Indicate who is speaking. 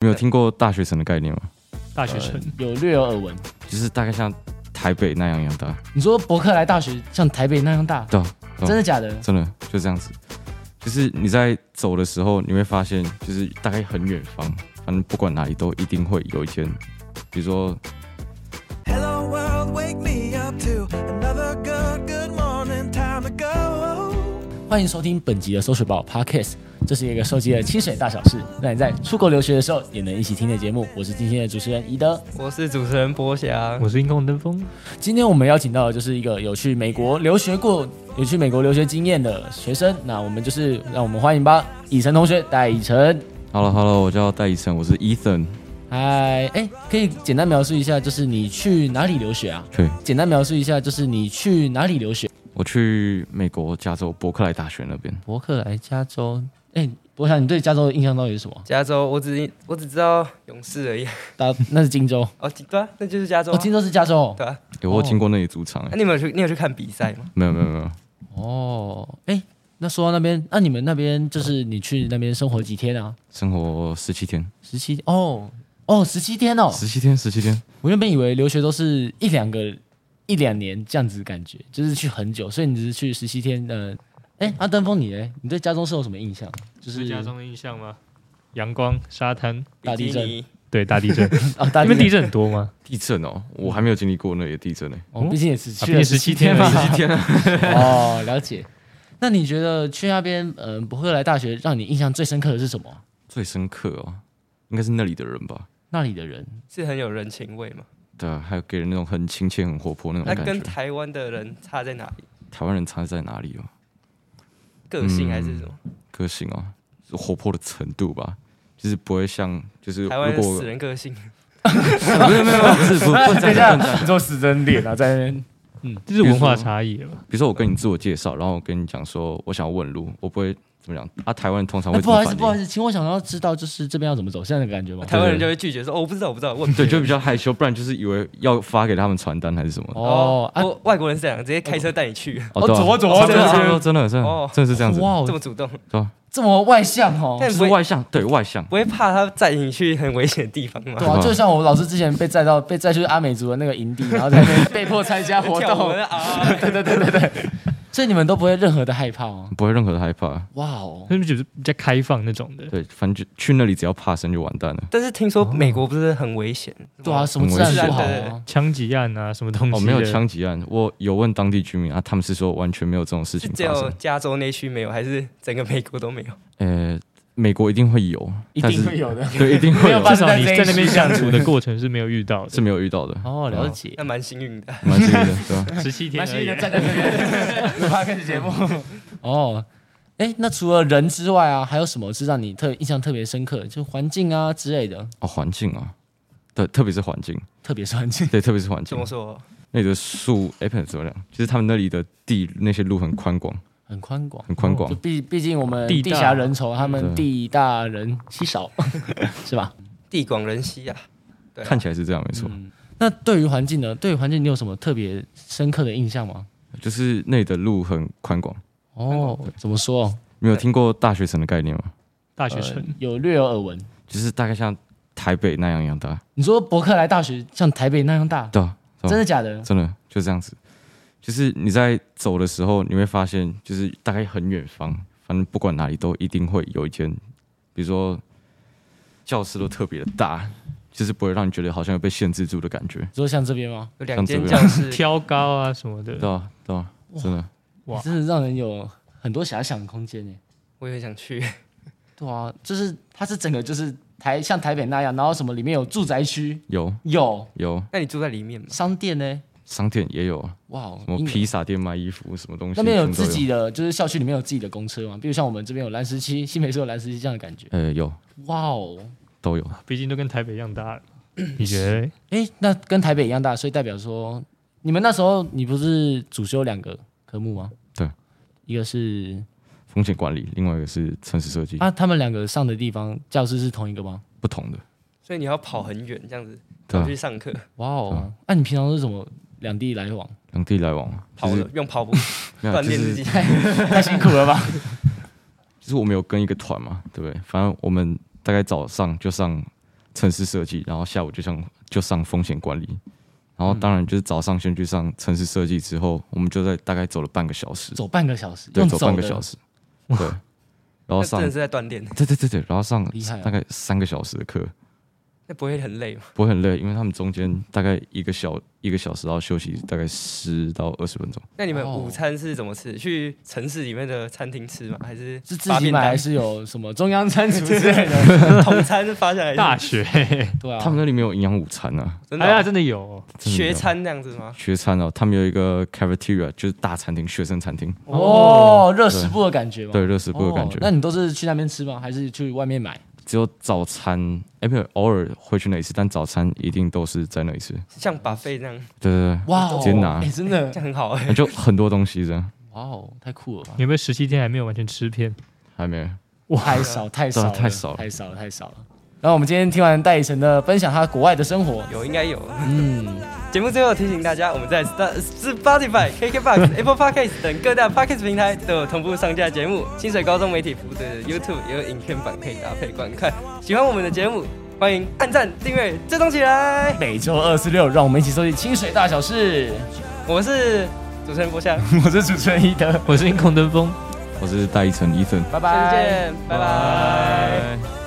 Speaker 1: 你有听过大学城的概念吗？
Speaker 2: 大学城，
Speaker 3: 呃有略有耳闻。
Speaker 1: 就是大概像台北那样一样大，
Speaker 3: 你说伯克莱大学像台北那样大，
Speaker 1: 对啊、对啊
Speaker 3: 真的假的？
Speaker 1: 真的就这样子。就是你在走的时候，你会发现，就是大概很远方，反正不管哪里都一定会有一间，比如说
Speaker 4: Hello world, wake me up to another good, good morning time to go.
Speaker 3: 欢迎收听本集的《搜水报》Podcast，这是一个收集了清水大小事，让你在出国留学的时候也能一起听的节目。我是今天的主持人宜德。
Speaker 5: 我是主持人波翔，
Speaker 2: 我是音控登峰，
Speaker 3: 今天我们邀请到的就是一个有去美国留学过、有去美国留学经验的学生。那我们就是让我们欢迎吧，以晨同学，戴以晨。
Speaker 1: Hello Hello，我叫戴以晨，我是 Ethan。
Speaker 3: 嗨，哎，可以简单描述一下，就是你去哪里留学啊？
Speaker 1: 对，
Speaker 3: 简单描述一下，就是你去哪里留学？
Speaker 1: 我去美国加州伯克莱大学那边，
Speaker 3: 伯克莱，加州。哎，我想你对加州的印象到底是什么？
Speaker 5: 加州，我只我只知道勇士而已。
Speaker 3: 大 那是荆州，
Speaker 5: 哦，对啊，那就是加州、
Speaker 3: 哦，
Speaker 5: 啊。
Speaker 3: 荆州是加州哦。
Speaker 5: 对啊，
Speaker 1: 有我有经过那里主场、
Speaker 5: 那、
Speaker 1: 欸
Speaker 5: 你们有去你有去看比赛吗？
Speaker 1: 没有没有没有，
Speaker 3: 哦，哎，那说到那边，那你们那边就是你去那边生活几天啊？
Speaker 1: 生活十七天，
Speaker 3: 十七哦哦，十七天哦。
Speaker 1: 十七天，十七天，
Speaker 3: 我原本以为留学都是一两个一两年这样子，感觉就是去很久，所以你只是去十七天。呃，哎，阿登峰你嘞，你对加州是有什么印象？就是
Speaker 2: 家中的印象吗？阳光、沙滩，
Speaker 3: 大地
Speaker 5: 比基尼，
Speaker 2: 对，大 地震。
Speaker 3: 啊，大
Speaker 2: 你
Speaker 3: 家
Speaker 2: 们地震很多吗？
Speaker 1: 地震哦，我还没有经历过那里的地震呢、
Speaker 3: 哦，毕竟也是
Speaker 2: 啊
Speaker 3: 去了
Speaker 2: 毕竟
Speaker 3: 17
Speaker 2: 17天
Speaker 3: 嘛
Speaker 2: 而已，
Speaker 1: 天啊，
Speaker 3: 哦，了解。那你觉得去那边，嗯、呃，伯克莱大学让你印象最深刻的是什么？
Speaker 1: 最深刻哦，应该是那里的人吧。
Speaker 3: 那里的人
Speaker 5: 是很有人情味嘛？
Speaker 1: 对啊，还有给人那种很亲切、很活泼那种
Speaker 5: 那
Speaker 1: 感
Speaker 5: 跟
Speaker 1: 觉。
Speaker 5: 台湾的人差在哪里？
Speaker 1: 台湾人差在哪里哦？
Speaker 5: 个
Speaker 1: 嗯
Speaker 5: 性还是什么？
Speaker 1: 个性哦，活泼的程度吧，就是不会像就是如
Speaker 5: 台湾人
Speaker 1: 果
Speaker 5: 死人个性，
Speaker 1: 没有没有不是不不能这样不能这样，
Speaker 3: 做死真脸啊，在那 边
Speaker 2: 这是文化差异啊了吧？
Speaker 1: 比如说我跟你自我介绍，然后我跟你讲说我想要问路，我不会怎么讲啊。台湾人通常会
Speaker 3: 哎
Speaker 1: 怎
Speaker 3: 不好
Speaker 1: 么
Speaker 3: 意思，不好
Speaker 1: 反应？
Speaker 3: 意思，请我想要知道就是这边要怎么走，现在的感觉吗？
Speaker 5: 台湾人就会拒绝说哦，我不知道，我不知道，问别
Speaker 1: 对，
Speaker 5: 人
Speaker 1: 就比较害羞，不然就是以为要发给他们传单还是什么的。
Speaker 3: 哦，啊，
Speaker 5: 我外国人是这样，直接开车带你去，
Speaker 1: 哦，对啊
Speaker 3: 左左
Speaker 1: 真的
Speaker 3: 左
Speaker 1: 真的真的真的
Speaker 5: 哦
Speaker 1: 真的是这样子，
Speaker 3: 哇
Speaker 5: 这，么主动，
Speaker 3: 这么外向哦。
Speaker 5: 但
Speaker 1: 就是
Speaker 5: 不会
Speaker 1: 外向，对外向，
Speaker 5: 不会怕他载你去很危险的地方吗
Speaker 3: 对？啊，
Speaker 1: 对吧
Speaker 3: 就像我老师之前被载到被载去阿美族的那个营地，然后在那边被迫参加活
Speaker 5: 跳舞
Speaker 3: 动，
Speaker 5: 的啊，
Speaker 3: 对对对对对，所以你们都不会任何的害怕哦。
Speaker 1: 不会任何的害怕。
Speaker 3: 哇哦，
Speaker 2: 他们就是比较开放那种的。
Speaker 1: 对，反正就去那里只要怕生就完蛋了。
Speaker 5: 但是听
Speaker 1: 哦
Speaker 5: 说美国不是很危险？
Speaker 3: 对啊，什么
Speaker 1: 很
Speaker 3: 自
Speaker 1: 危
Speaker 3: 然
Speaker 5: 险
Speaker 3: 不好
Speaker 5: 对对
Speaker 3: 啊，
Speaker 2: 枪击案啊，什么东西？
Speaker 1: 哦，没有。枪击案，我有问当地居民啊，他们是说完全没有这种事
Speaker 5: 是
Speaker 1: 情
Speaker 5: 只
Speaker 1: 发
Speaker 5: 有
Speaker 1: 生。
Speaker 5: 加州那区没有，还是整个美国都没有？
Speaker 1: 呃，美国一定会有，
Speaker 3: 一
Speaker 1: 但是
Speaker 3: 定会有的。
Speaker 1: 对，一定会
Speaker 3: 没有
Speaker 1: 有，
Speaker 3: 发
Speaker 2: 至
Speaker 3: 生
Speaker 2: 少你
Speaker 3: 在
Speaker 2: 在那边相处的过程是没有遇到
Speaker 1: 是
Speaker 2: 的。
Speaker 1: 没有遇到的，
Speaker 3: 哦，了解。
Speaker 5: 那蛮幸运的。啊
Speaker 1: 蛮幸运 的，对吧？
Speaker 2: 哦十七天而已，
Speaker 1: 呃
Speaker 3: 在那 边，开始节目。哦，哎，那除了人之外啊，还有什么是让你特印象特别深刻？就环境啊之类的，
Speaker 1: 哦，环境啊，对，特别是环境，
Speaker 3: 特别是环境。
Speaker 1: 对，特别是环
Speaker 5: 怎
Speaker 1: 境
Speaker 5: 么，说？
Speaker 1: 那里的树，哎，不是怎么讲，就是他们那里的地那些路很宽广，
Speaker 3: 很宽广，
Speaker 1: 很宽
Speaker 3: 就
Speaker 1: 广，
Speaker 3: 毕毕竟我们
Speaker 2: 地
Speaker 3: 地
Speaker 2: 大
Speaker 3: 狭人稠，他
Speaker 1: 对
Speaker 3: 们地大人稀少， 是吧？
Speaker 5: 地广人稀啊，对啊
Speaker 1: 看起来是这样，没错，
Speaker 3: 嗯。那对于环境呢？对于环境，你有什么特别深刻的印象吗？
Speaker 1: 就是那里的路很宽广。
Speaker 3: 哦，怎么说？
Speaker 1: 你有听过大学城的概念吗？
Speaker 2: 大学城
Speaker 3: 呃，有略有耳闻。
Speaker 1: 就是大概像台北那样一样大，
Speaker 3: 你说伯克莱大学像台北那样大，
Speaker 1: 对啊，对啊
Speaker 3: 真的假的？
Speaker 1: 真的就这样子。就是你在走的时候，你会发现，就是大概很远方，反正不管哪里都一定会有一间，比如说教室都特别的大，就是不会让你觉得好像有被限制住的感觉，
Speaker 3: 你说像这边吗？
Speaker 5: 有两间
Speaker 1: 像这
Speaker 5: 教
Speaker 1: 边
Speaker 5: 室，
Speaker 2: 挑高啊什么
Speaker 1: 对
Speaker 2: 的。
Speaker 1: 吧、啊？对吧、啊？真的，
Speaker 2: 哇
Speaker 3: 真的让人有很多遐想的空间耶。
Speaker 5: 我也想去。
Speaker 3: 对啊，就是它是整个就是台像台北那样，然后什么里面有住宅区，
Speaker 1: 有
Speaker 3: 有
Speaker 1: 有
Speaker 5: 那你住在里面吗？
Speaker 3: 商店呢，
Speaker 1: 商店也有，
Speaker 3: 哇哦，
Speaker 1: 什么
Speaker 3: 应
Speaker 1: 披萨店卖衣服，什么东西
Speaker 3: 那边有
Speaker 1: 全都
Speaker 3: 自己的，就是校区里面有自己的公车嘛，比如像我们这边有蓝十七，新北市有蓝十七这样的感觉。
Speaker 1: 呃有
Speaker 3: 哇哦，
Speaker 1: 都有，
Speaker 2: 毕竟都跟台北一样大了。
Speaker 1: 嗯
Speaker 2: 你觉得？
Speaker 3: 诶，那跟台北一样大，所以代表说你们那时候你不是主修两个科目吗？
Speaker 1: 对，
Speaker 3: 一个是
Speaker 1: 风险管理，另外一个是城市设计，
Speaker 3: 啊，他们两个上的地方教室是同一个吗？
Speaker 1: 不同的，
Speaker 5: 所以你要跑很远这样子，
Speaker 1: 对、
Speaker 5: 跑
Speaker 1: 啊
Speaker 5: 去，上课，
Speaker 3: 哇
Speaker 1: 嗯
Speaker 3: 哦，那、你平常是怎么两地来往？
Speaker 1: 两地来往，
Speaker 5: 跑了用跑步
Speaker 1: 没有啊
Speaker 5: 锻
Speaker 1: 就
Speaker 5: 炼
Speaker 1: 是
Speaker 5: 自己。
Speaker 3: 太辛苦了吧？
Speaker 1: 就是我们有跟一个团嘛，对不对？反正我们大概早上就上城市设计，然后下午就上就上风险管理，然后当然就是早上先去上城市设计，之后我们就在大概走了半个小时，
Speaker 3: 走半个小时，
Speaker 1: 对，
Speaker 3: 用
Speaker 1: 走半个
Speaker 3: 的
Speaker 1: 小，时，对，然后
Speaker 5: 那
Speaker 1: 上
Speaker 5: 真的是在锻炼，
Speaker 1: 对对对对，然后上
Speaker 3: 厉害哦
Speaker 1: 大概三个小时的课，
Speaker 5: 那不会很累吗？
Speaker 1: 不会很累，因为他们中间大概一个小一个小时，然后休息大概十到二十分钟。
Speaker 5: 那你们
Speaker 3: 哦
Speaker 5: 午餐是怎么吃？去城市里面的餐厅吃吗？还是
Speaker 3: 是自
Speaker 5: 发
Speaker 3: 己
Speaker 5: 便
Speaker 3: 买
Speaker 5: 当
Speaker 3: 还是有什么中央 餐厨之类的？
Speaker 5: 统餐发下来是？
Speaker 2: 大学，
Speaker 3: 对啊，
Speaker 1: 他们那里没有营养午餐啊，
Speaker 5: 真的
Speaker 2: 哎呀，
Speaker 5: 哦
Speaker 2: 真的有哦
Speaker 1: 真的没有
Speaker 5: 学餐这样子吗？
Speaker 1: 学餐哦，他们有一个 cafeteria，就是大餐厅，学生餐厅，
Speaker 3: 哦，热食部的感觉吗？
Speaker 1: 对，热食部的感觉。
Speaker 3: 哦那你都是去那边吃吗？还是去外面买？
Speaker 1: 只有早餐，哎，没有，偶尔会去那里吃，但早餐一定都是在那里吃。
Speaker 5: 像把费这样，
Speaker 1: 对对对，
Speaker 3: 哇哦，
Speaker 1: 直接拿
Speaker 3: 哎真的
Speaker 5: 这，样很好哎、
Speaker 1: 那就很多东西这样，
Speaker 3: 哇哦，太酷了吧！
Speaker 2: 有没有十七天还没有完全吃遍？
Speaker 1: 还没。
Speaker 3: 太少太
Speaker 1: 对
Speaker 3: 少
Speaker 1: 啊
Speaker 3: 了
Speaker 1: 太少了
Speaker 3: 太少了太少了。然后我们今天听完戴以晨的分享，他国外的生活，
Speaker 5: 有应该有。
Speaker 3: 嗯，
Speaker 5: 节目最后提醒大家，我们在 Sta- Spotify、KKBox、Apple Podcast 等各大 Podcast 平台都有同步上架节目。清水高中媒体服务的 YouTube 也有影片版可以搭配观看。喜欢我们的节目，欢迎按赞、订阅、追踪起来。
Speaker 3: 每周二四六，让我们一起收集清水大小事。
Speaker 5: 我是主持人博翔，
Speaker 3: 我是主持人一德，
Speaker 2: 我是孔登峰。
Speaker 1: 我是戴一成 Ethan。
Speaker 3: 拜
Speaker 5: 下次
Speaker 3: 拜。
Speaker 5: 见，拜拜